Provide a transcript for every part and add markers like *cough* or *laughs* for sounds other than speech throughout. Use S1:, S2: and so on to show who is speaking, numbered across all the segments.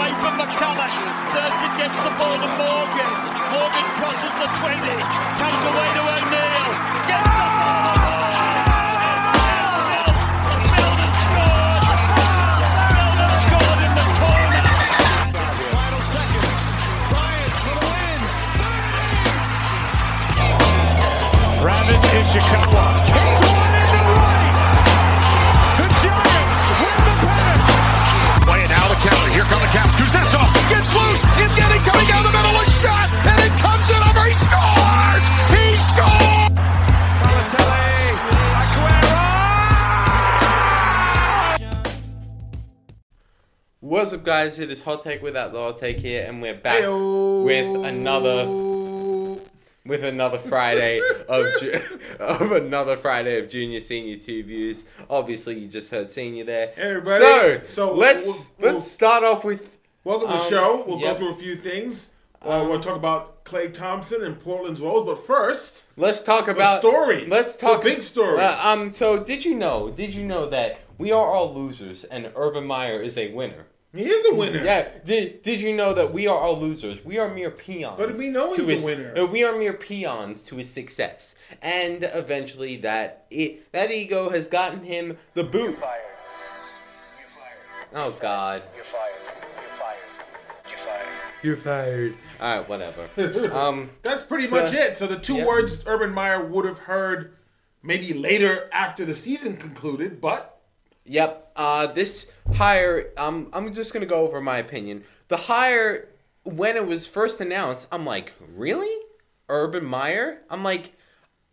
S1: McCallum. Thurston gets the ball to Morgan. Morgan crosses the 20. Comes away to O'Neill. Gets the ball to Morgan. And Milner scored. Milner scored in the corner.
S2: Final seconds. Bryant for the win. Travis Ishikawa. Hits one into right. The Giants win the pennant.
S3: Way now the counter. Here come the Caps. Kuznetsov gets loose. It's getting coming down the middle. A shot, and it comes in over. He scores. He scores.
S4: What's up, guys? It is Hot Take without the Hot Take here, and we're back with another with another Friday of
S5: *laughs*
S4: ju- of another Friday of Junior Senior Two views. Obviously, you just heard Senior there.
S5: everybody.
S4: So,
S5: So,
S4: let's
S5: w- w-
S4: let's start off with
S5: Welcome to the
S4: Um,
S5: show. We'll
S4: yep. Um,
S5: go through a few things. Uh, we'll talk about Clay Thompson and Portland's roles, but first,
S4: let's talk about
S5: story.
S4: Let's
S5: The
S4: talk
S5: big story.
S4: Uh, um. So did you know? Did you know that we are all losers, and Urban Meyer is a winner.
S5: he is a winner.
S4: Yeah. Did Did you know that we are all losers? We are mere peons.
S5: But we know
S4: to
S5: he's a
S4: his-
S5: winner.
S4: uh, We are mere peons to his success, and eventually that it, that ego has gotten him the boot.
S6: fired. You're fired.
S4: Oh God.
S6: You're fired. You're fired. You're fired.
S4: You're fired. All right.
S5: *laughs*
S4: Whatever. um.
S5: That's pretty
S4: So-
S5: much it. So the two
S4: Yep.
S5: words Urban Meyer would have heard maybe later after the season concluded, but
S4: Yep. Uh, this hire, um, I'm just gonna go over my opinion. The hire, when it was first announced, I'm like, really? Urban Meyer? I'm like,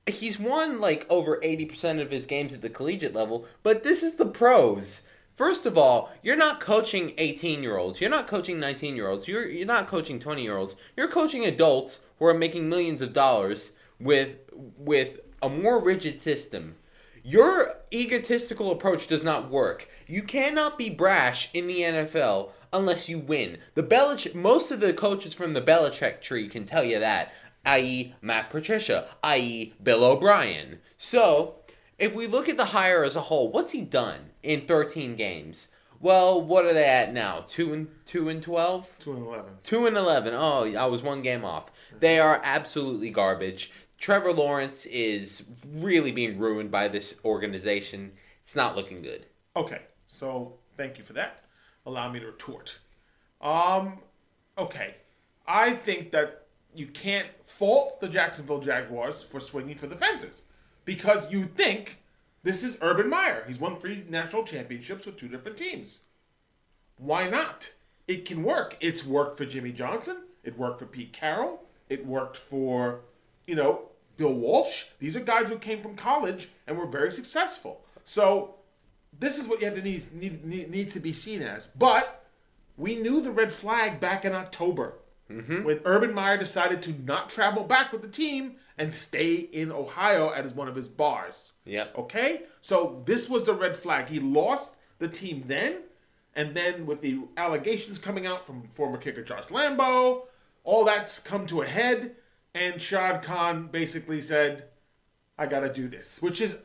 S4: he's won like over 80% of his games at the collegiate level, but this is the pros. First of all, you're not coaching 18 year olds. You're not coaching 19 year olds. You're you're not coaching 20 year olds. You're coaching adults who are making millions of dollars with with a more rigid system. Your egotistical approach does not work. You cannot be brash in the NFL unless you win. The Belich- most of the coaches from the Belichick tree can tell you that, i.e., Matt Patricia, i.e., Bill O'Brien. So, if we look at the hire as a whole, what's he done in 13 games? Well, what are they at now? Two and two and twelve.
S5: 2 and 11.
S4: Two and eleven. Oh, I was one game off. They are absolutely garbage. Trevor Lawrence is really being ruined by this organization. It's not looking good.
S5: Okay, so thank you for that. Allow me to retort. Um, okay, I think that you can't fault the Jacksonville Jaguars for swinging for the fences because you think this is Urban Meyer. He's won three national championships with two different teams. Why not? It can work. It's worked for Jimmy Johnson. It worked for Pete Carroll. It worked for, you know, Bill Walsh. These are guys who came from college and were very successful. So this is what you have to need, need, need, need to be seen as. But we knew the red flag back in October when Urban Meyer decided to not travel back with the team and stay in Ohio at his- one of his bars.
S4: Yep.
S5: Okay? So this was the red flag. He lost the team then, and then with the allegations coming out from former kicker Josh Lambo, all that's come to a head, and Shad Khan basically said, I gotta do this, which is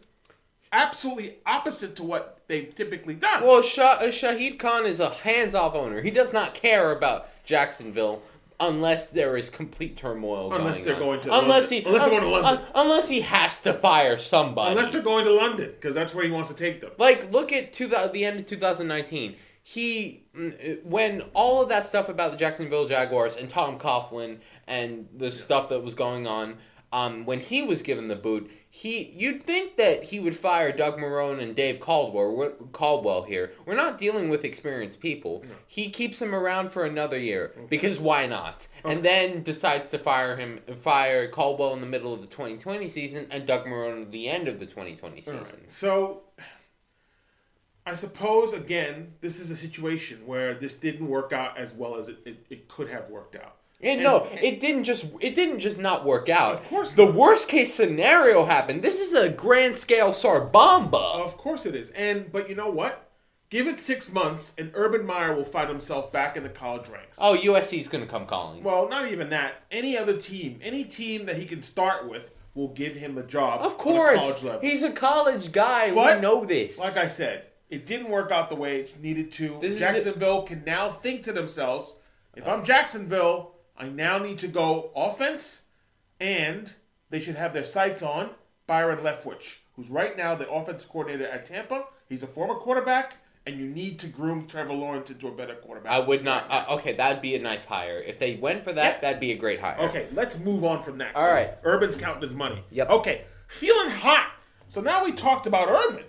S5: absolutely opposite to what they've typically done.
S4: Well, Shah- uh, Shahid Khan is a hands-off owner. He does not care about Jacksonville unless there is complete turmoil.
S5: Unless
S4: going
S5: they're
S4: on.
S5: going to
S4: unless
S5: London.
S4: he
S5: Unless they're
S4: un-
S5: going to London.
S4: un- unless he has to fire somebody.
S5: Unless they're going to London, because that's where he wants to take them.
S4: Like, look at two, the end of 2019. He, mm, when all of that stuff about the Jacksonville Jaguars and Tom Coughlin and the stuff that was going on, um, when he was given the boot, he, you'd think that he would fire Doug Marone and Dave Caldwell. We're- Caldwell here. We're not dealing with experienced people. He keeps him around for another year because why not? And then decides to fire him, fire Caldwell in the middle of the 2020 season and Doug Marone at the end of the 2020 season.
S5: So, I suppose again, this is a situation where this didn't work out as well as it, it, it could have worked out.
S4: Yeah, no, it didn't just it didn't just not work out.
S5: Of course
S4: the
S5: not.
S4: worst case scenario happened. This is a grand scale Sarbamba.
S5: Of course it is. And but you know what? Give it six months, and Urban Meyer will find himself back in the college ranks.
S4: Oh, USC's gonna come calling.
S5: Well, not even that. Any other team, any team that he can start with, will give him a job. on
S4: of
S5: a
S4: course,
S5: college level.
S4: he's a college guy.
S5: But-
S4: we know this.
S5: Like I said, it didn't work out the way it needed to.
S4: This is
S5: Jacksonville can now think to themselves, If I'm Jacksonville, I now need to go offense, and they should have their sights on Byron Leftwich, who's right now the offense coordinator at Tampa. He's a former quarterback, and you need to groom Trevor Lawrence into a better quarterback.
S4: I would not. Uh, okay, that'd be a nice hire. If they went for that,
S5: Yeah.
S4: that'd be a great hire.
S5: Okay, let's move on from that.
S4: All right.
S5: Urban's counting his money.
S4: Yep.
S5: Okay, feeling hot. So now we talked about Urban.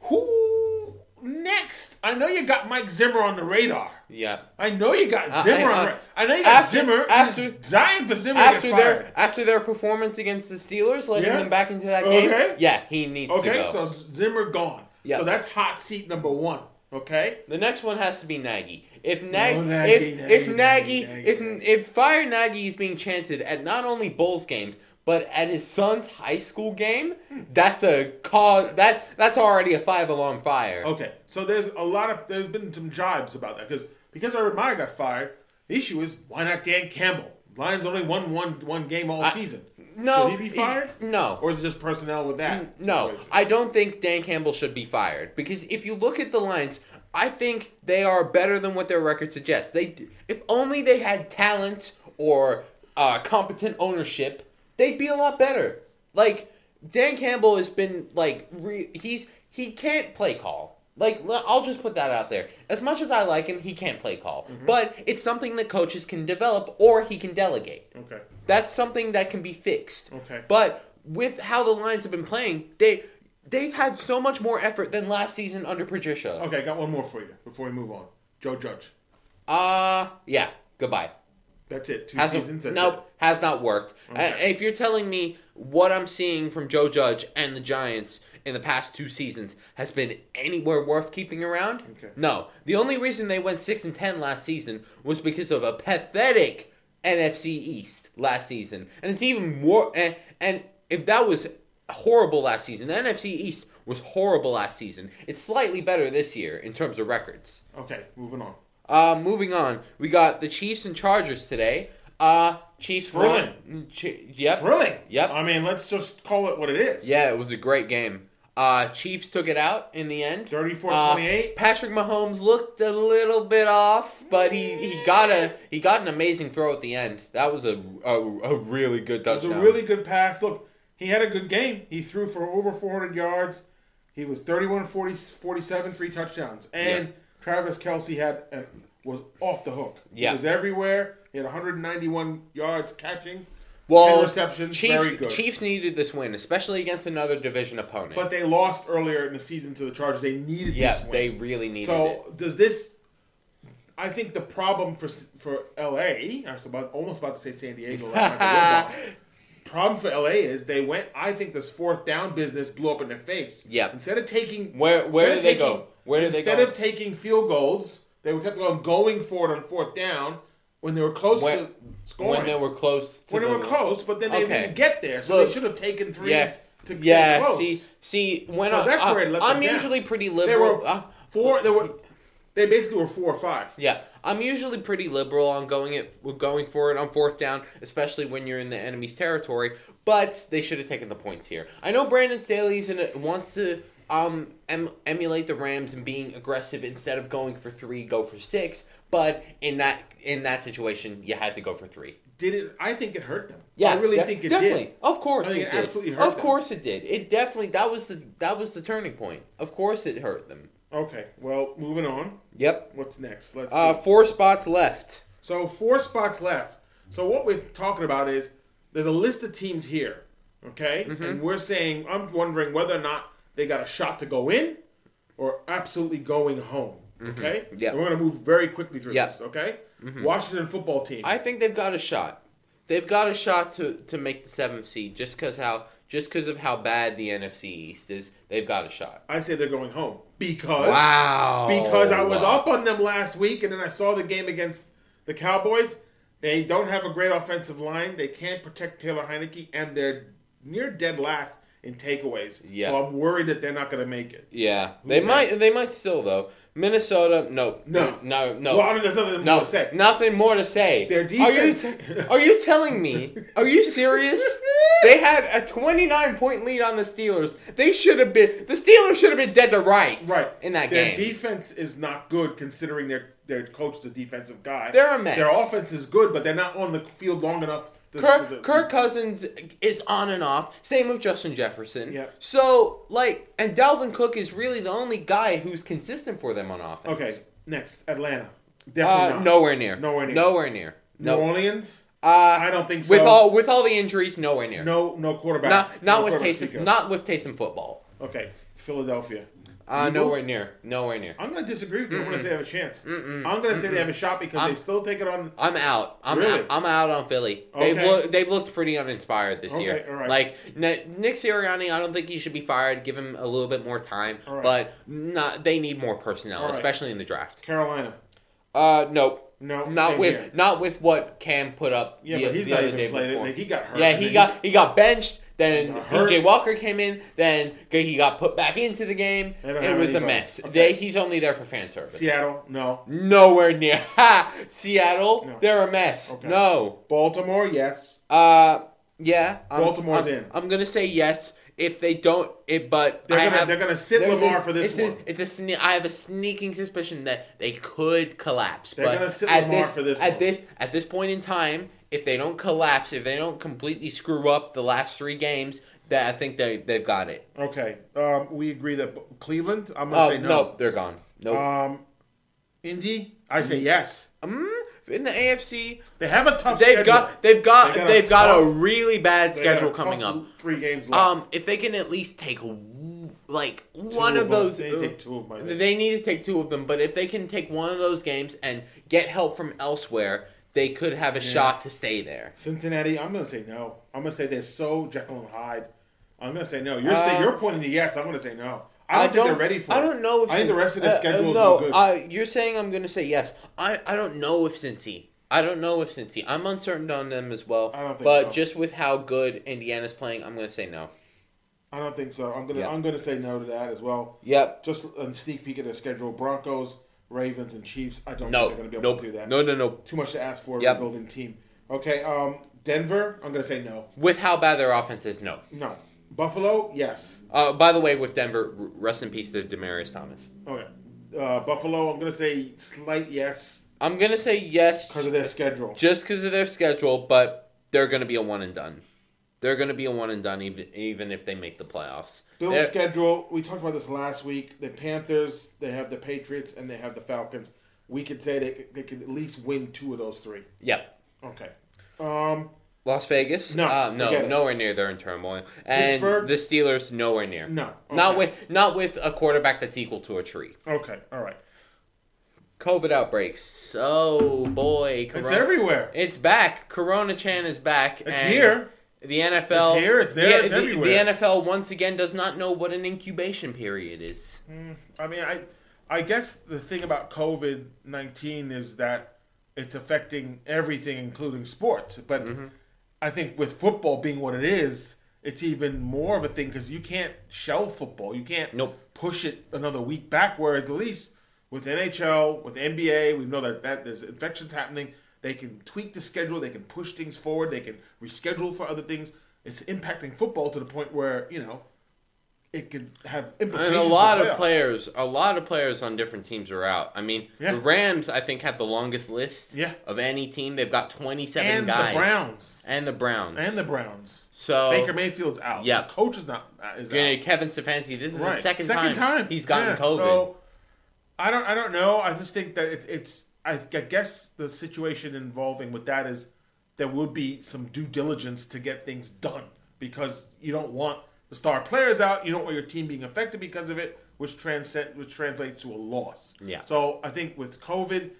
S5: Who next? I know you got Mike Zimmer on the radar.
S4: Yeah.
S5: I know you got
S4: I-
S5: Zimmer.
S4: I-
S5: on ra- I know you got
S4: Uh, after-
S5: Zimmer.
S4: after-
S5: You're dying for Zimmer to
S4: After
S5: get
S4: their
S5: fired.
S4: after their performance against the Steelers, letting
S5: Yeah.
S4: them back into that game.
S5: Okay.
S4: Yeah, he needs to
S5: okay,
S4: go.
S5: so Zimmer gone.
S4: Yeah.
S5: So that's hot seat number one. Okay.
S4: The next one has to be Nagy. If Nagy,
S5: No, Nagy,
S4: if,
S5: Nagy,
S4: if Nagy,
S5: Nagy, Nagy,
S4: if
S5: Nagy.
S4: if fire Nagy is being chanted at not only Bulls games but at his son's high school game,
S5: Hmm.
S4: that's a cause. That that's already a five alarm fire.
S5: Okay, so there's a lot of there's been some jibes about that because because Urban Meyer got fired. The issue is why not Dan Campbell? Lions only won one one game all season.
S4: no,
S5: should he be
S4: it-
S5: fired?
S4: no.
S5: or is it just personnel with that?
S4: No,
S5: situation?
S4: I don't think Dan Campbell should be fired because if you look at the Lions, I think they are better than what their record suggests. They, d- if only they had talent or uh, competent ownership, they'd be a lot better. Like Dan Campbell has been like re- he's he can't play call. Like l- I'll just put that out there. As much as I like him, he can't play call.
S5: Mm-hmm.
S4: But it's something that coaches can develop or he can delegate.
S5: okay.
S4: That's something that can be fixed.
S5: Okay.
S4: But with how the Lions have been playing, they they've had so much more effort than last season under Patricia.
S5: Okay, I got one more for you before we move on. Joe Judge.
S4: Uh yeah. Goodbye.
S5: That's it. 2 seasons.
S4: Hasn't
S5: That's
S4: nope, has not worked.
S5: Okay.
S4: Uh, if you're telling me what I'm seeing from Joe Judge and the Giants in the past two seasons has been anywhere worth keeping around,
S5: Okay.
S4: no. The only reason they went six and ten last season was because of a pathetic NFC East last season, and it's even more. And, and if that was horrible last season, the NFC East was horrible last season. It's slightly better this year in terms of records.
S5: it. Okay, moving on.
S4: Uh, moving on, we got the Chiefs and Chargers today. Uh, Chiefs
S5: Thrilling.
S4: won. Ch- yep.
S5: Thrilling.
S4: Yep.
S5: I mean, let's just call it what it is.
S4: Yeah, it was a great game. Uh, Chiefs took it out in the end.
S5: 34-28.
S4: Uh, Patrick Mahomes looked a little bit off, but he, he got a he got an amazing throw at the end. That was a a, a really good
S5: It was
S4: touchdown.
S5: a really good pass. Look, he had a good game. He threw for over 400 yards. He was 31 40, 47, three touchdowns. And
S4: Yeah.
S5: Travis Kelsey had an, was off the hook.
S4: Yeah.
S5: He was everywhere. He had 191 yards catching, 10
S4: well,
S5: receptions.
S4: Chiefs
S5: very good.
S4: Chiefs needed this win, especially against another division opponent.
S5: But they lost earlier in the season to the Chargers. They needed
S4: yeah,
S5: this win.
S4: they really needed
S5: So
S4: it.
S5: does this? I think the problem for for LA, I was about, almost about to say San Diego. last
S4: *laughs*
S5: night, but we're not. problem for LA is they went. I think this fourth down business blew up in their face.
S4: Yeah.
S5: Instead of taking
S4: Where- where
S5: instead
S4: did
S5: of
S4: they go? Where did they
S5: instead
S4: go?
S5: of taking field goals, they were kept on going for it on fourth down when they were close
S4: When-
S5: to scoring.
S4: when they were close, to
S5: When they
S4: the-
S5: were close, but then they
S4: Okay.
S5: didn't get there, so
S4: Look,
S5: they should have taken threes
S4: Yeah.
S5: to get
S4: yeah.
S5: close.
S4: See, see, when
S5: So
S4: I,
S5: that's
S4: I,
S5: where it lets
S4: Uh, I'm
S5: them down.
S4: usually pretty
S5: they
S4: liberal.
S5: were
S4: uh,
S5: four. They were. They basically were four or five.
S4: yeah, I'm usually pretty liberal on going it, going for it on fourth down, especially when you're in the enemy's territory. But they should have taken the points here. I know Brandon Staley's in it, wants to um em, emulate the Rams and being aggressive instead of going for three, go for six. But in that in that situation, you had to go for three.
S5: did it? I think it hurt them.
S4: Yeah,
S5: I really
S4: def-
S5: think it
S4: definitely.
S5: did.
S4: Of course,
S5: I think
S4: it
S5: it
S4: did.
S5: absolutely hurt
S4: Of
S5: them.
S4: course, it did. It definitely that was the that was the turning point. Of course, it hurt them.
S5: Okay, well, moving on.
S4: Yep.
S5: What's next? Let's.
S4: Uh,
S5: see.
S4: four spots left.
S5: So four spots left. So what we're talking about is there's a list of teams here, okay,
S4: Mm-hmm.
S5: and we're saying I'm wondering whether or not they got a shot to go in, or absolutely going home. Okay.
S4: Mm-hmm. Yeah.
S5: And we're gonna move very quickly through
S4: Yeah. Mm-hmm.
S5: this. Okay. Washington football team.
S4: I think they've got a shot. They've got a shot to to make the seventh seed just because how just because of how bad the NFC East is. They've got a shot.
S5: I say they're going home because
S4: Oh, Wow.
S5: because I was up on them last week, and then I saw the game against the Cowboys. They don't have a great offensive line. They can't protect Taylor Heineke, and they're near dead last in takeaways.
S4: Yeah.
S5: So I'm worried that they're not going to make it.
S4: Yeah, they might.
S5: knows?
S4: They might still though. Minnesota, no,
S5: No.
S4: no, no.
S5: Well, I mean, there's nothing
S4: no,
S5: more to say.
S4: Nothing more to say.
S5: Their
S4: Are you,
S5: defense-
S4: are you telling me? Are you
S5: *laughs*
S4: serious? they had a 29 point lead on the Steelers. They should have been. The Steelers should have been dead to rights.
S5: Right
S4: in that
S5: their
S4: game.
S5: defense is not good considering their their coach is a defensive guy.
S4: They're a mess.
S5: Their offense is good, but they're not on the field long enough. To, to-
S4: Kirk, Kirk Cousins is on and off. Same with Justin Jefferson.
S5: Yeah.
S4: So like, and Dalvin Cook is really the only guy who's consistent for them on offense.
S5: Okay, next Atlanta.
S4: Uh,
S5: Definitely not.
S4: nowhere near.
S5: Nowhere near.
S4: Nowhere near.
S5: New
S4: No.
S5: Orleans.
S4: Uh,
S5: I don't think so.
S4: With all with all the injuries, nowhere near.
S5: no, no quarterback.
S4: Not not
S5: No
S4: with
S5: quarterback to
S4: Taysom.
S5: speak of.
S4: Not with Taysom football.
S5: okay. Philadelphia.
S4: Uh,
S5: Eagles?
S4: nowhere near. Nowhere near.
S5: I'm going to disagree with you. I'm going to say they have a chance. I'm going to say they have a shot because
S4: I'm-
S5: they still take it on.
S4: I'm out. I'm
S5: Really?
S4: out. I'm out on Philly. They've
S5: Okay.
S4: loo- they've looked pretty uninspired this
S5: Okay,
S4: year.
S5: all right.
S4: Like N- Nick Sirianni, I don't think he should be fired. Give him a little bit more time,
S5: All right.
S4: but not they need more personnel,
S5: All right.
S4: especially in the draft.
S5: Carolina.
S4: Uh, nope.
S5: No,
S4: Not
S5: same
S4: with
S5: here.
S4: not with what Cam put up.
S5: Yeah,
S4: the,
S5: but he's
S4: the
S5: not
S4: other
S5: even
S4: day
S5: playing it.
S4: before.
S5: Like, he got hurt.
S4: Yeah,
S5: and
S4: he
S5: then
S4: got he got benched. Then
S5: got
S4: PJ
S5: hurt.
S4: Walker came in. Then he got put back into the game.
S5: They don't
S4: It
S5: have
S4: was a
S5: anybody.
S4: mess.
S5: Okay.
S4: They, he's only there for fan service.
S5: Seattle. No.
S4: Nowhere near. *laughs* Ha! Seattle,
S5: No.
S4: they're a mess.
S5: Okay.
S4: No.
S5: Baltimore. Yes.
S4: Uh, yeah. I'm,
S5: Baltimore's
S4: I'm-
S5: in.
S4: I'm gonna say yes if they don't. It, but
S5: They're
S4: I
S5: gonna-
S4: have-
S5: they're gonna sit
S4: there's
S5: Lamar for this
S4: it's a-
S5: one.
S4: it's a sne- I have a sneaking suspicion that they could collapse.
S5: They're
S4: but
S5: gonna sit
S4: at
S5: Lamar
S4: this,
S5: for this
S4: At
S5: one.
S4: this at this point in time, if they don't collapse, if they don't completely screw up the last three games, that I think they they've got it.
S5: Okay. Um, we agree that B- Cleveland. I'm going
S4: Oh
S5: to say
S4: no.
S5: no.
S4: they're gone. Nope.
S5: Um, Indy. I say yes.
S4: Mm, in the AFC,
S5: They have a tough.
S4: Um, they've
S5: schedule.
S4: got they've got
S5: They got a
S4: they've got a
S5: tough-
S4: really bad
S5: They got a
S4: schedule
S5: tough
S4: coming up.
S5: Three games left.
S4: Um, if they can at least take w- like one
S5: of
S4: of,
S5: them.
S4: those,
S5: They need to take two of my-
S4: They need to take two of them, but if they can take one of those games and get help from elsewhere, they could have a shot to stay there.
S5: Cincinnati. I'm going to say no. I'm going to say they're so Jekyll and Hyde. I'm going to say no. You're say,
S4: Uh,
S5: you're pointing to yes. I'm going to say no. I don't, think they're ready for.
S4: I
S5: it.
S4: don't know if
S5: I think the rest of the
S4: uh, uh,
S5: schedule
S4: no,
S5: is no good.
S4: I- you're saying I'm going to say yes. I, I don't know if Cincy. I don't know if Cincy. I'm uncertain on them as well.
S5: I don't think
S4: but
S5: so.
S4: just with how good Indiana's playing, I'm going to say no.
S5: I don't think so. I'm gonna
S4: Yeah.
S5: I'm gonna say no to that as well.
S4: Yep.
S5: Just a sneak peek at their schedule: Broncos, Ravens, and Chiefs. I don't
S4: No.
S5: think they're gonna be able
S4: Nope.
S5: to do that.
S4: No. No. No.
S5: Too much to ask for
S4: Yep.
S5: a building team. Okay, um, Denver. I'm gonna say no.
S4: With how bad their offense is, no.
S5: No. Buffalo. Yes.
S4: Uh, by the way, with Denver, r- rest in peace to Demarius Thomas.
S5: Okay. Uh, Buffalo. I'm gonna say slight yes
S4: I'm gonna say yes,
S5: because of their schedule.
S4: just because of their schedule, but they're gonna be a one and done. They're gonna be a one and done, even even if they make the playoffs.
S5: Bill's
S4: They're-
S5: schedule. We talked about this last week. The Panthers. They have the Patriots and they have the Falcons. We could say they, they could at least win two of those three.
S4: Yep.
S5: Okay. Um.
S4: Las Vegas,
S5: No,
S4: uh, no,
S5: forget it.
S4: nowhere near. They're in turmoil, and
S5: Pittsburgh?
S4: the Steelers, nowhere near.
S5: No,
S4: not
S5: okay.
S4: with not with a quarterback that's equal to a tree.
S5: Okay. All right.
S4: COVID outbreaks. Oh boy,
S5: It's
S4: corona-
S5: everywhere.
S4: It's back. Corona Chan is back. It's
S5: here.
S4: The NFL.
S5: It's here, it's there,
S4: the-
S5: it's
S4: the,
S5: everywhere.
S4: The NFL once again does not know what an incubation period is.
S5: I mean, I, I guess the thing about COVID nineteen is that it's affecting everything, including sports. But
S4: Mm-hmm.
S5: I think with football being what it is, it's even more of a thing because you can't shelve football. You can't
S4: Nope.
S5: push it another week back. Whereas at least with NHL, with NBA, we know that, that there's infections happening. They can tweak the schedule. They can push things forward. They can reschedule for other things. It's impacting football to the point where you know it could have
S4: And
S5: implications.
S4: a lot
S5: for
S4: of
S5: playoffs.
S4: players, a lot of players on different teams are out. I mean,
S5: Yeah.
S4: the Rams, I think, have the longest list
S5: Yeah.
S4: of any team. They've got twenty-seven
S5: and
S4: guys.
S5: the Browns.
S4: And the Browns.
S5: And the Browns.
S4: so
S5: Baker Mayfield's out.
S4: Yeah.
S5: The coach is not is
S4: you know,
S5: out.
S4: Kevin Stefanski. This is
S5: Right.
S4: the second,
S5: Second time.
S4: he's gotten
S5: Yeah,
S4: COVID.
S5: So I don't I don't know. I just think that it, it's I, I guess the situation involving with that is there would be some due diligence to get things done because you don't want the star players out. You don't want your team being affected because of it, which transcend which translates to a loss.
S4: Yeah.
S5: So I think with COVID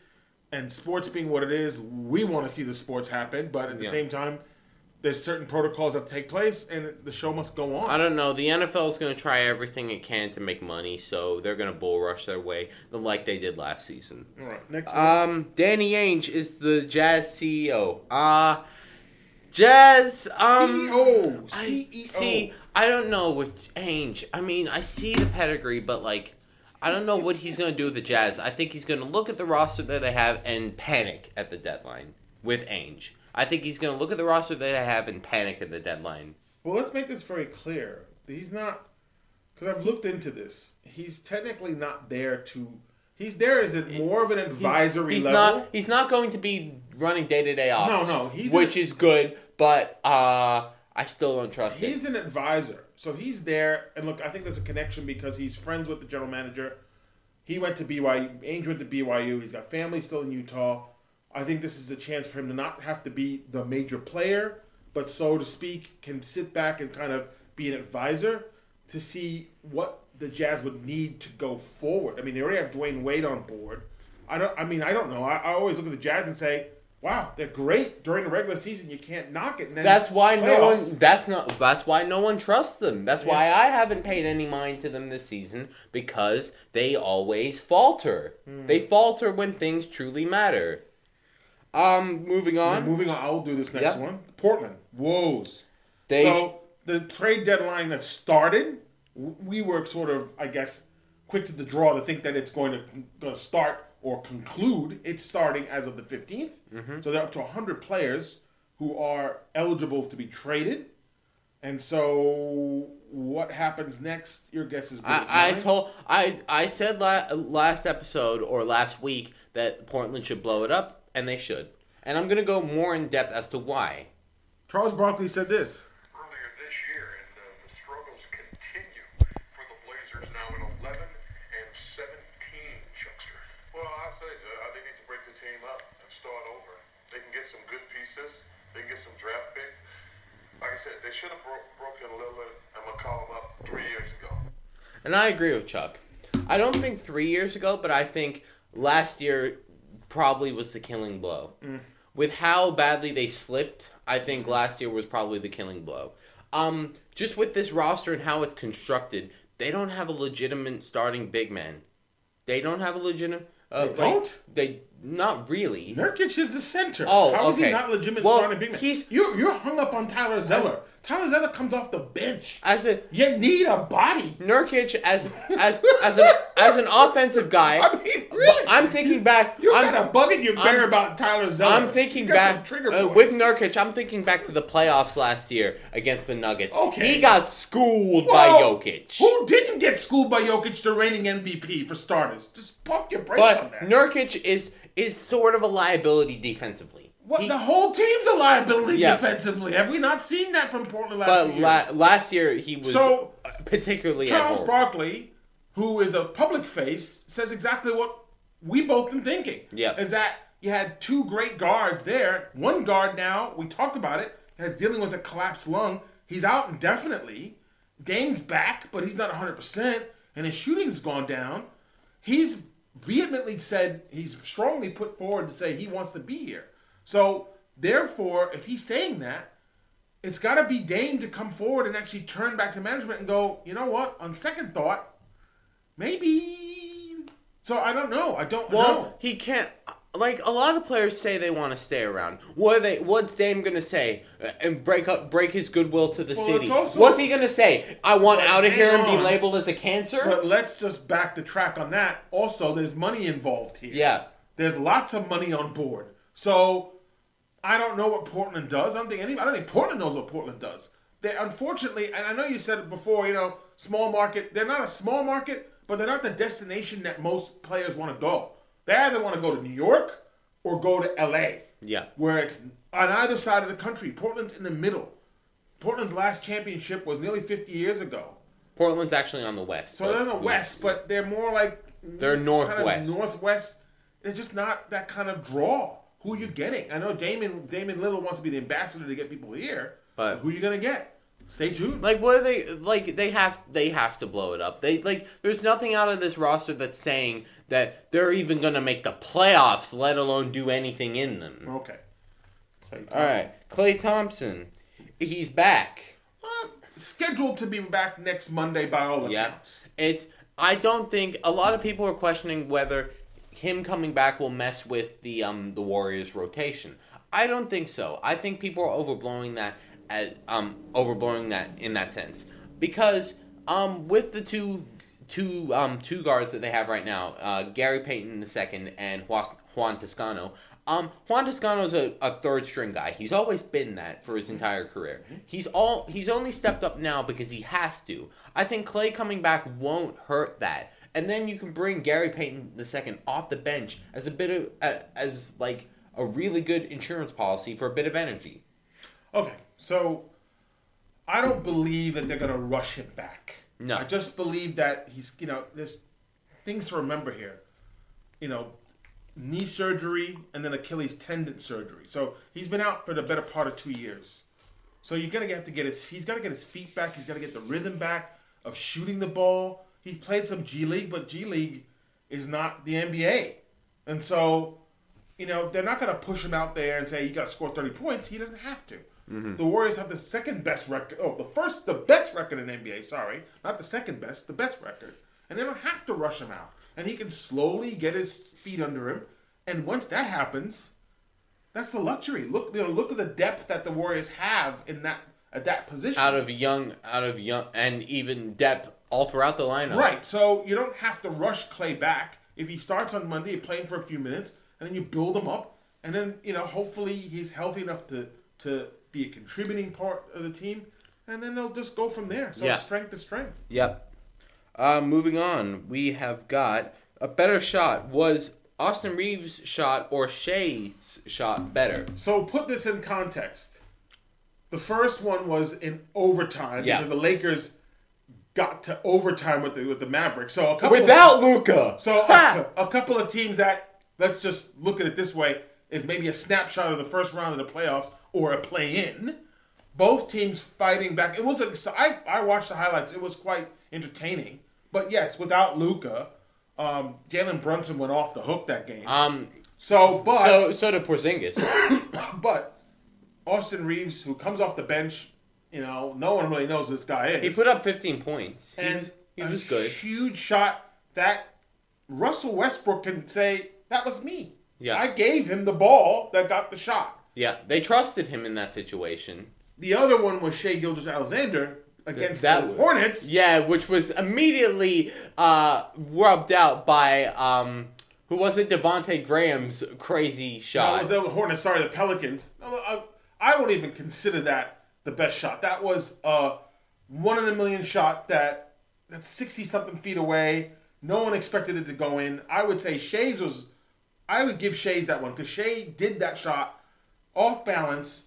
S5: and sports being what it is, we want to see the sports happen, but at the
S4: Yeah.
S5: same time, there's certain protocols that take place, and the show must go on.
S4: I don't know. The NFL is going to try everything it can to make money, so they're going to bull rush their way like they did last season.
S5: All right, next one.
S4: Um, Danny Ainge is the Jazz CEO. Uh, Jazz,
S5: E
S4: um,
S5: CEO,
S4: I,
S5: CEO.
S4: see, I don't know with Ainge. I mean, I see the pedigree, but like, I don't know what he's going to do with the Jazz. I think he's going to look at the roster that they have and panic at the deadline with Ainge. I think he's going to look at the roster that they have and panic at the deadline.
S5: Well, let's make this very clear. He's not, because I've looked into this. He's technically not there to. He's there as a, more of an advisory
S4: he's
S5: level.
S4: not he's not going to be running day to day ops.
S5: no, he's
S4: which
S5: an-
S4: is good, but uh, I still don't trust him.
S5: He's an advisor, so he's there. And look, I think there's a connection because he's friends with the general manager. He went to BYU. Ainge went to BYU. He's got family still in Utah. I think this is a chance for him to not have to be the major player, but so to speak, can sit back and kind of be an advisor to see what the Jazz would need to go forward. I mean, they already have Dwayne Wade on board. I don't. I mean, I don't know. I, I always look at the Jazz and say, "Wow, they're great during the regular season. You can't knock it." And then
S4: That's why no
S5: playoffs-
S4: one. That's not. That's why no one trusts them. That's why I haven't paid any mind to them this season because they always falter. They
S5: Hmm.
S4: falter when things truly matter. Um, moving
S5: And
S4: on.
S5: moving on, I will do this next
S4: Yep.
S5: one. Portland woes.
S4: They
S5: so the trade deadline that started, w- we were sort of, I guess, quick to the draw to think that it's going to, going to start or conclude. It's starting as of the 15th.
S4: Mm-hmm.
S5: So they're up to 100 players who are eligible to be traded. And so what happens next? Your guess is good as
S4: I, I
S5: mine.
S4: told I I said la- last episode or last week that Portland should blow it up, and they should. And I'm gonna go more in depth as to why.
S5: Charles Barkley said this.
S7: earlier this year, and uh, the struggles continue for the Blazers now in 11 and 17, Chuckster.
S8: Well, I say Judge, I think uh, they need to break the team up and start over. They can get some good pieces. They can get some draft picks. Like I said, they should have bro- broken Lillard and McCollum up three years ago.
S4: And I agree with Chuck. I don't think three years ago, but I think last year probably was the killing blow.
S5: Mm.
S4: With how badly they slipped, I think
S5: Mm-hmm.
S4: last year was probably the killing blow. Um, just with this roster and how it's constructed, they don't have a legitimate starting big man. They don't have a legitimate. Uh,
S5: They
S4: wait,
S5: don't?
S4: They not really.
S5: Nurkic is the center.
S4: Oh,
S5: How is he
S4: okay.
S5: not legitimate
S4: Well,
S5: starting big man?
S4: he's-
S5: you're, you're hung up on Tyler Zeller. Tyler Zeller comes off the bench.
S4: As a
S5: You need a body.
S4: Nurkic as as as an as an offensive guy.
S5: *laughs* I mean, really?
S4: I'm thinking back.
S5: You're
S4: I'm-
S5: kind of bugging your bear
S4: I'm-
S5: about Tyler Zeller.
S4: I'm thinking
S5: You got some
S4: back
S5: trigger
S4: uh, with
S5: points.
S4: Nurkic. I'm thinking back to the playoffs last year against the Nuggets.
S5: Okay.
S4: he got schooled by
S5: Well,
S4: Jokic.
S5: Who didn't get schooled by Jokic, the reigning MVP, for starters? Just pump your brakes on
S4: but
S5: that.
S4: Nurkic is is sort of a liability defensively.
S5: what,
S4: He-
S5: the whole team's a liability
S4: Yeah.
S5: defensively. Have we not seen that from Portland last
S4: but
S5: year?
S4: la- last year he was
S5: So,
S4: particularly
S5: Charles
S4: abhorrent.
S5: Barkley, who is a public face, says exactly what we both been thinking.
S4: Yeah.
S5: Is that you had two great guards there. One guard now, we talked about it, is dealing with a collapsed lung. He's out indefinitely. Dame's back, but he's not 100%, and his shooting's gone down. He's vehemently said, he's strongly put forward to say he wants to be here. So, therefore, if he's saying that, it's got to be Dame to come forward and actually turn back to management and go, you know what? On second thought, maybe. So I don't know. I don't
S4: Well,
S5: know.
S4: he can't. Like a lot of players say, they want to stay around. What are they? What's Dame gonna say? Uh, And break up, break his goodwill to the
S5: Well,
S4: city.
S5: it's also-
S4: what's he gonna say? I want
S5: But
S4: out of here
S5: hang
S4: and be
S5: on.
S4: labeled as a cancer.
S5: But let's just back the track on that. Also, there's money involved here.
S4: Yeah.
S5: There's lots of money on board. So I don't know what Portland does. I don't think any. I don't think Portland knows what Portland does. They unfortunately, and I know you said it before. You know, small market. They're not a small market, but they're not the destination that most players want to go. They either want to go to New York or go to L.A.
S4: Yeah.
S5: where it's on either side of the country. Portland's in the middle. Portland's last championship was nearly 50 years ago.
S4: Portland's actually on the west.
S5: So they're in the west, but they're more like
S4: They're
S5: Kind
S4: northwest.
S5: of northwest. They're just not that kind of draw. Who you getting? I know Damon Damon Little wants to be the ambassador to get people here,
S4: But-
S5: who you gonna get? Stay tuned.
S4: Like what are they like they have they have to blow it up. They like there's nothing out of this roster that's saying that they're even gonna make the playoffs, let alone do anything in them.
S5: okay. Clay Thompson.
S4: Alright. Clay Thompson. He's back.
S5: Uh, scheduled to be back next Monday by all
S4: Yeah.
S5: accounts.
S4: It's I don't think a lot of people are questioning whether him coming back will mess with the um the Warriors rotation. I don't think so. I think people are overblowing that as um overblowing that in that sense because um with the two two um two guards that they have right now, uh, Gary Payton the second and Juan, Juan Toscano. Um, Juan Toscano's a, a third string guy. He's always been that for his entire career. He's all he's only stepped up now because he has to. I think Clay coming back won't hurt that. and then you can bring Gary Payton the second off the bench as a bit of uh, as like a really good insurance policy for a bit of energy.
S5: Okay, so I don't believe that they're gonna rush him back.
S4: No.
S5: I just believe that he's you know there's things to remember here. You know, knee surgery and then Achilles tendon surgery. So he's been out for the better part of two years. So you're gonna have to get his he's gotta get his feet back. He's gotta get the rhythm back of shooting the ball. He played some G League, but G League is not the NBA, and so you know, they're not going to push him out there and say you got to score 30 points. He doesn't have to.
S4: Mm-hmm.
S5: The Warriors have the second best record. Oh, the first, the best record in NBA. Sorry, not the second best, the best record. And they don't have to rush him out. And he can slowly get his feet under him. And once that happens, that's the luxury. Look, you know, look at the depth that the Warriors have in that at that position.
S4: Out of young, out of young, and even depth all throughout the lineup.
S5: Right. So you don't have to rush Clay back. If he starts on Monday, you play him for a few minutes, and then you build him up, and then you know hopefully he's healthy enough to to be a contributing part of the team, and then they'll just go from there. So
S4: Yeah.
S5: it's strength to strength.
S4: Yep. Uh, moving on, we have got a better shot. Was Austin Reeves' shot or Shea's shot better?
S5: So put this in context. The first one was in overtime
S4: Yeah.
S5: because the Lakers got to overtime with the with the Mavericks. So a couple of-
S4: Without Luca.
S5: So a, a couple of teams that let's just look at it this way is maybe a snapshot of the first round of the playoffs or a play-in. Both teams fighting back. It was a, so I I watched the highlights. It was quite entertaining. But yes, without Luca, um, Jalen Brunson went off the hook that game.
S4: um.
S5: so, but
S4: So so did Porzingis.
S5: but Austin Reeves, who comes off the bench, you know, no one really knows who this guy is.
S4: He put up 15 points. He
S5: and
S4: was- he
S5: a
S4: was good.
S5: Huge shot that Russell Westbrook can say that was me.
S4: Yeah.
S5: I gave him the ball that got the shot.
S4: Yeah, they trusted him in that situation.
S5: The other one was Shea Gilgis Alexander against
S4: That
S5: the
S4: was-
S5: Hornets.
S4: Yeah, which was immediately uh, rubbed out by um, who was it? Devonte Graham's crazy
S5: That
S4: shot.
S5: was the Hornets. Sorry, the Pelicans. No, I, I won't even consider that the best shot. That was a one in a million shot that that's sixty something feet away. No one expected it to go in. I would say Shays was. I would give Shays that one because Shay did that shot off balance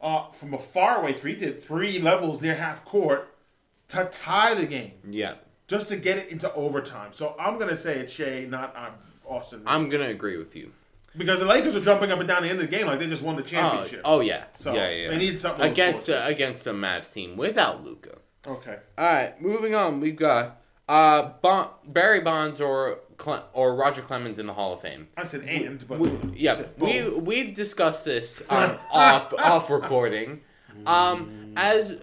S5: uh, from a faraway three. He Did three levels near half court to tie the game
S4: yeah,
S5: just to get it into overtime. So I'm gonna say it's Shay, not um, Austin.
S4: I'm gonna agree with you.
S5: Because the Lakers are jumping up and down the end of the game like they just won the
S4: Oh,
S5: championship.
S4: oh yeah,
S5: So,
S4: yeah, yeah.
S5: they need something to look
S4: against
S5: forward
S4: uh, against the Mavs team without Luca.
S5: Okay.
S4: All right, moving on. We've got uh, bon- Barry Bonds or Cle- or Roger Clemens in the Hall of Fame.
S5: I said and, but
S4: Yeah,
S5: said
S4: we
S5: both.
S4: we've discussed
S5: *laughs*
S4: this um, off off recording. Um, as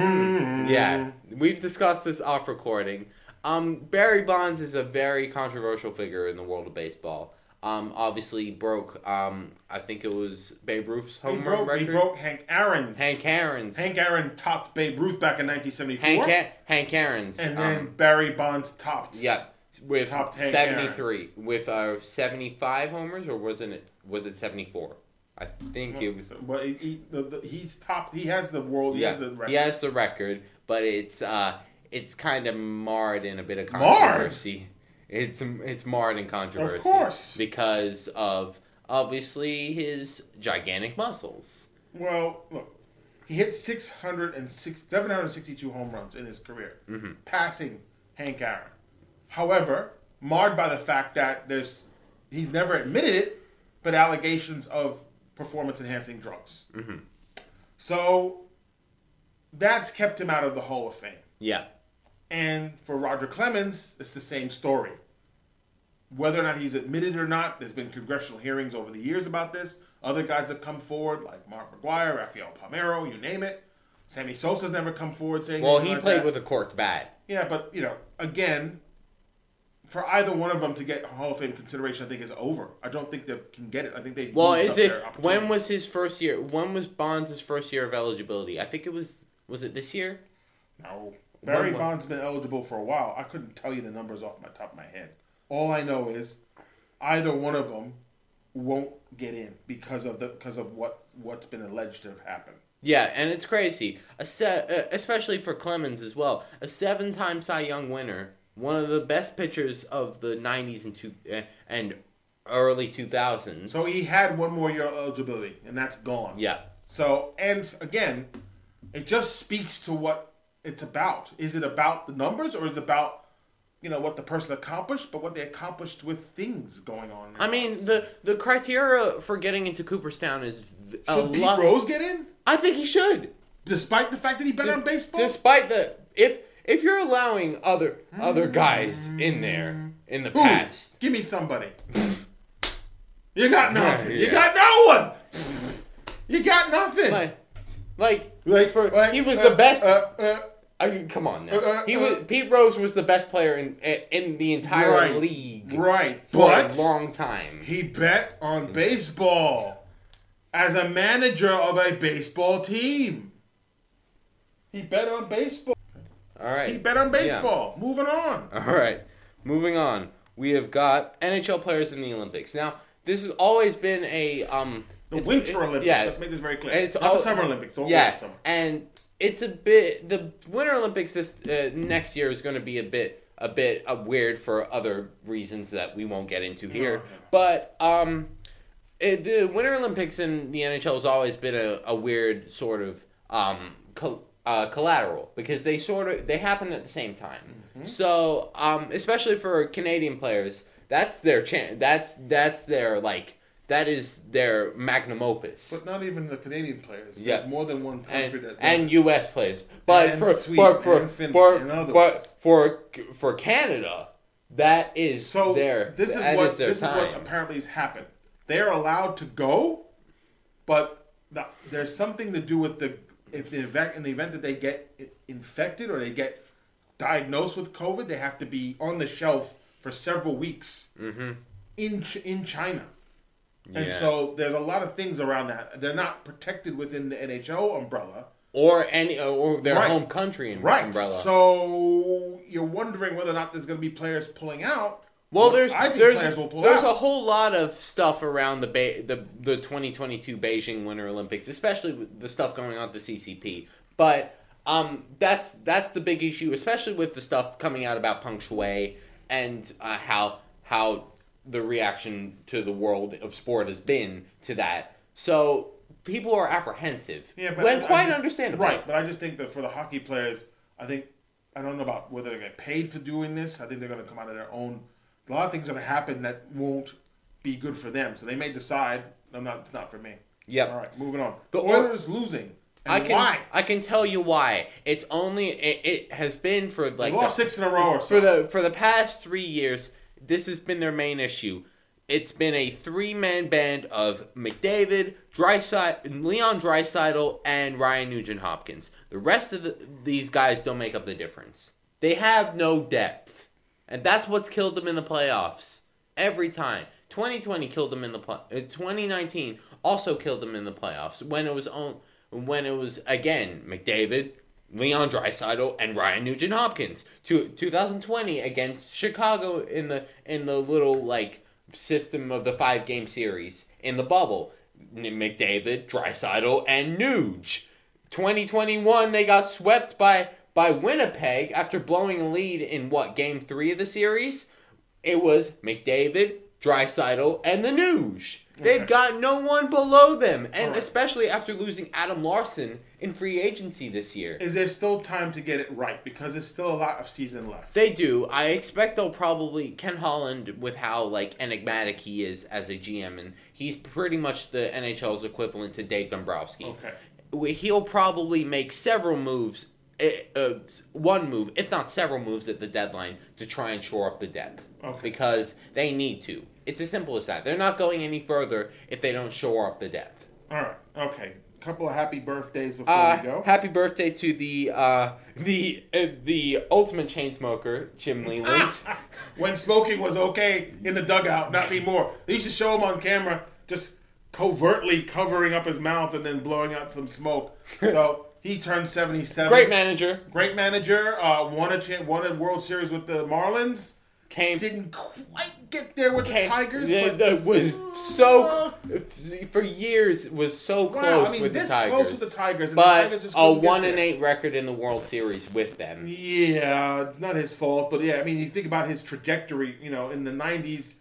S5: Mm.
S4: yeah, we've discussed this off recording. Um, Barry Bonds is a very controversial figure in the world of baseball. Um, obviously broke. Um, I think it was Babe Ruth's
S5: he
S4: home run
S5: broke, he
S4: record.
S5: broke Hank Aaron's.
S4: Hank Aaron's.
S5: Hank Aaron topped Babe Ruth back in 1974,
S4: Hank, Ca- Hank Aaron's.
S5: and then
S4: um,
S5: Barry Bonds topped.
S4: yeah, with
S5: Top Hank Aaron.
S4: seventy three, with uh seventy five homers, or wasn't it? Was it seventy four? I think it was
S5: So, but he, he, the, the, he's topped. He has the world. He
S4: yeah.
S5: has the record.
S4: He has the record, but it's uh, it's kind of marred in a bit of
S5: Marred?
S4: controversy. It's it's marred in controversy,
S5: course.
S4: because of obviously his gigantic muscles.
S5: Well, look, he hit 606 762 home runs in his career, passing Hank Aaron. However, marred by the fact that there's he's never admitted it, but allegations of performance enhancing drugs. So that's kept him out of the Hall of Fame.
S4: Yeah,
S5: And for Roger Clemens, it's the same story. Whether or not he's admitted or not, there's been congressional hearings over the years about this. Other guys have come forward, like Mark McGuire, Rafael Palmero, you name it. Sammy Sosa's never come forward saying.
S4: well,
S5: anything
S4: he
S5: like
S4: played
S5: that.
S4: with a corked bat.
S5: Yeah, but you know, again, for either one of them to get Hall of Fame consideration, I think is over. I don't think they can get it. I think they.
S4: Well, is it when was his first year? When was Bonds' first year of eligibility? I think it was was it this year?
S5: No. Barry
S4: When-
S5: Bond's been eligible for a while. I couldn't tell you the numbers off my top of my head. All I know is either one of them won't get in because of the because of what what's been alleged to have happened.
S4: Yeah, and it's crazy, a se- uh, especially for Clemens as well. A seven-time Cy Young winner one of the best pitchers of the '90s and two eh, and early 2000s.
S5: So he had one more year of eligibility, and that's gone.
S4: yeah,
S5: So, and again, it just speaks to what it's about. Is it about the numbers, or is it about you know what the person accomplished, but what they accomplished with things going on? in their
S4: I mean
S5: lives?
S4: the the criteria for getting into Cooperstown is v- a
S5: should Pete
S4: lot.
S5: Rose get in,
S4: I think he should.
S5: despite the fact that he bet on baseball?
S4: Despite the if if you're allowing other other guys in there in the
S5: Who?
S4: past,
S5: Give me somebody. you got nothing. You
S4: yeah.
S5: got no one. You got nothing.
S4: like like,
S5: Like,
S4: for
S5: like,
S4: he was
S5: uh,
S4: the best.
S5: Uh, uh,
S4: I mean, come on now.
S5: uh,
S4: he
S5: uh.
S4: was Pete Rose was the best player in in the entire
S5: Right.
S4: league
S5: right,
S4: for
S5: but
S4: a long time.
S5: He bet on baseball as a manager of a baseball team. He bet on baseball.
S4: All right.
S5: He bet on baseball. Moving on.
S4: All right. Moving on. We have got NHL players in the Olympics. Now, this has always been a um
S5: The
S4: it's-
S5: Winter
S4: it-
S5: Olympics.
S4: Yeah,
S5: Let's make this very clear.
S4: and it's
S5: Not
S4: all-
S5: the Summer Olympics. Don't yeah.
S4: yeah,
S5: Summer.
S4: and it's a bit the Winter Olympics this uh, next year is going to be a bit a bit uh, weird for other reasons that we won't get into here. But um, it, the Winter Olympics in the NHL has always been a, a weird sort of um col- uh, collateral because they sort of they happen at the same time. So um, especially for Canadian players, that's their chance. That's that's their like. That is their magnum opus
S5: But not even the Canadian players.
S4: Yeah.
S5: There's more than one country
S4: and,
S5: that.
S4: and U.S. players, but
S5: And
S4: for
S5: Sweden
S4: for for
S5: and Finland
S4: for,
S5: and other
S4: for,
S5: ones.
S4: for for Canada, that is
S5: so
S4: their
S5: this is
S4: that
S5: what
S4: their
S5: this is what
S4: time.
S5: apparently has happened. They're allowed to go, but the, there's something to do with the if the event in the event that they get i- infected or they get diagnosed with COVID, they have to be on the shelf for several weeks in Ch- in China. And
S4: Mm-hmm. Yeah.
S5: so there's a lot of things around that. They're not protected within the NHL umbrella.
S4: or any or their
S5: Right.
S4: home country in
S5: Right.
S4: umbrella.
S5: So you're wondering whether or not there's going to be players pulling out.
S4: well, there's
S5: I think
S4: there's
S5: players will pull
S4: there's
S5: out.
S4: a whole lot of stuff around the ba- the the 2022 Beijing Winter Olympics, especially with the stuff going on at the CCP. But um, that's that's the big issue, especially with the stuff coming out about Peng Shui and uh, how how the reaction to the world of sport has been to that. So people are apprehensive,
S5: Yeah, but
S4: when
S5: I- I
S4: quite
S5: just-
S4: understandable,
S5: Right, but I just think that for the hockey players, I think I don't know about whether they're going to get paid for doing this. I think they're going to come out of their own. A lot of things are going to happen that won't be good for them, so they may decide. No, not it's not for me.
S4: Yep.
S5: All right, moving on. The
S4: The Oil-
S5: Oilers losing. And
S4: I can
S5: why?
S4: I can tell you why. It's only it, it has been for
S5: They
S4: like
S5: lost
S4: the-
S5: six in a row or so.
S4: for the for the past three years, this has been their main issue. It's been a three man band of McDavid, Dryside, Leon Dreisidel, and Ryan Nugent Hopkins. The rest of the, these guys don't make up the difference. They have no depth, and that's what's killed them in the playoffs every time. 2020 killed them in the play. uh, 2019 also killed them in the playoffs when it was on when it was again McDavid, Leon Draisaitl, and Ryan Nugent Hopkins. To 2020 against Chicago in the in the little like system of the five game series in the bubble. N- McDavid, Draisaitl, and Nuge. 2021 they got swept by by Winnipeg after blowing a lead in what game 3 of the series it was McDavid, Drysidel, and the Nuge. They've got no one below them, and
S5: Alright.
S4: especially after losing Adam Larson in free agency this year.
S5: Is there still time to get it right? Because there's still a lot of season left.
S4: They do. I expect they'll probably Ken Holland with how like enigmatic he is as a GM, and he's pretty much the NHL's equivalent to Dave Dombrowski.
S5: Okay.
S4: We- He'll probably make several moves, eh, uh, s- one move, if not several moves at the deadline to try and shore up the depth.
S5: Okay.
S4: Because they need to. It's as simple as that. They're not going any further if they don't shore up the depth.
S5: All right. Okay. Couple of happy birthdays before we
S4: Uh,
S5: go.
S4: happy birthday to the uh, the uh, the ultimate chain smoker, Jim
S5: *laughs*
S4: Leland.
S5: when smoking was okay in the dugout, not anymore. They used to show him on camera just covertly covering up his mouth and then blowing out some smoke. So he turned 77.
S4: Great manager.
S5: Great manager. Uh, won a cha- won a World Series with the Marlins.
S4: Came
S5: Didn't quite get there with the
S4: came-
S5: Tigers.
S4: yeah,
S5: but uh,
S4: that was so for years was so close
S5: Wow, I mean,
S4: with the
S5: this
S4: Tigers.
S5: close with the Tigers, and the
S4: but
S5: Tigers just
S4: a
S5: couldn't get
S4: one and
S5: there.
S4: eight record in the World Series with them.
S5: Yeah, it's not his fault, but yeah, I mean, you think about his trajectory. You know, in the '90s,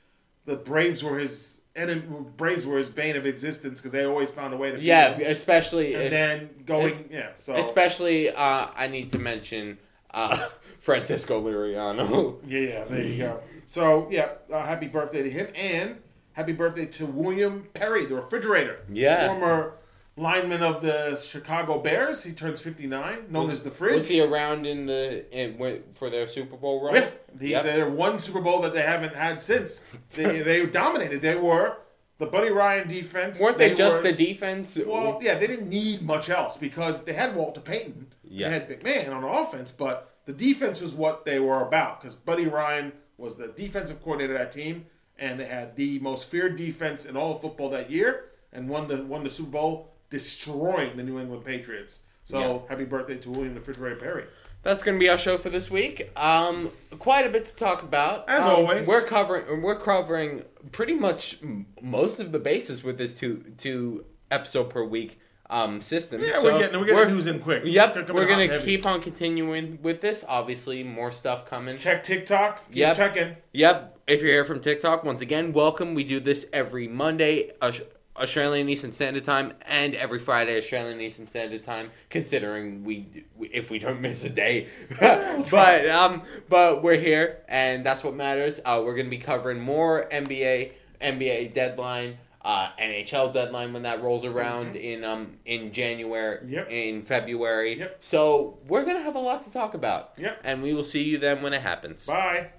S5: the Braves were his and Braves were his bane of existence because they always found a way to. beat
S4: Yeah,
S5: him.
S4: especially
S5: and
S4: if-
S5: then oh. going,
S4: es-
S5: yeah. So
S4: especially uh, I need to mention uh, *laughs* Francisco
S5: *laughs*
S4: Liriano.
S5: yeah, yeah, there you go. So yeah, uh, happy birthday to him, and happy birthday to William Perry, the refrigerator.
S4: Yeah.
S5: former lineman of the Chicago Bears. He turns 59, known as the Fridge.
S4: Was he around in the in, when- for their Super Bowl run?
S5: Yeah, the,
S4: Oh, Yep.
S5: their one Super Bowl that they haven't had since.
S4: *laughs*
S5: They, they dominated. They were the Buddy Ryan defense.
S4: Weren't they, just the
S5: were-
S4: defense?
S5: Well, yeah, they didn't need much else because they had Walter Payton.
S4: Yeah.
S5: They had McMahon on offense, but the defense was what they were about because Buddy Ryan was the defensive coordinator of that team, and they had the most feared defense in all of football that year and won the won the Super Bowl, destroying the New England Patriots. So
S4: Yeah.
S5: happy birthday to William the Refrigerator Perry.
S4: That's going to be our show for this week. Um, quite a bit to talk about.
S5: As
S4: Um,
S5: always.
S4: we're covering we're covering pretty much m- most of the bases with this two two episode per week um, system.
S5: Yeah,
S4: So
S5: we're getting we're getting news in quick. It's
S4: Yep,
S5: coming
S4: we're
S5: hot and
S4: gonna
S5: heavy.
S4: keep on continuing with this. Obviously, more stuff coming.
S5: check TikTok. Keep
S4: Yep.
S5: checking.
S4: Yep. If you're here from TikTok, once again, welcome. We do this every Monday, Aus- Australian Eastern Standard Time, and every Friday, Australian Eastern Standard Time. Considering we, we- if we don't miss a day, *laughs* but um, but we're here, and that's what matters. Uh, we're gonna be covering more NBA, NBA deadline. Uh, NHL deadline when that rolls around in um in January
S5: Mm-hmm. Yep.
S4: in February
S5: Yep.
S4: so we're gonna have a lot to talk about
S5: Yep.
S4: and we will see you then when it happens
S5: Bye.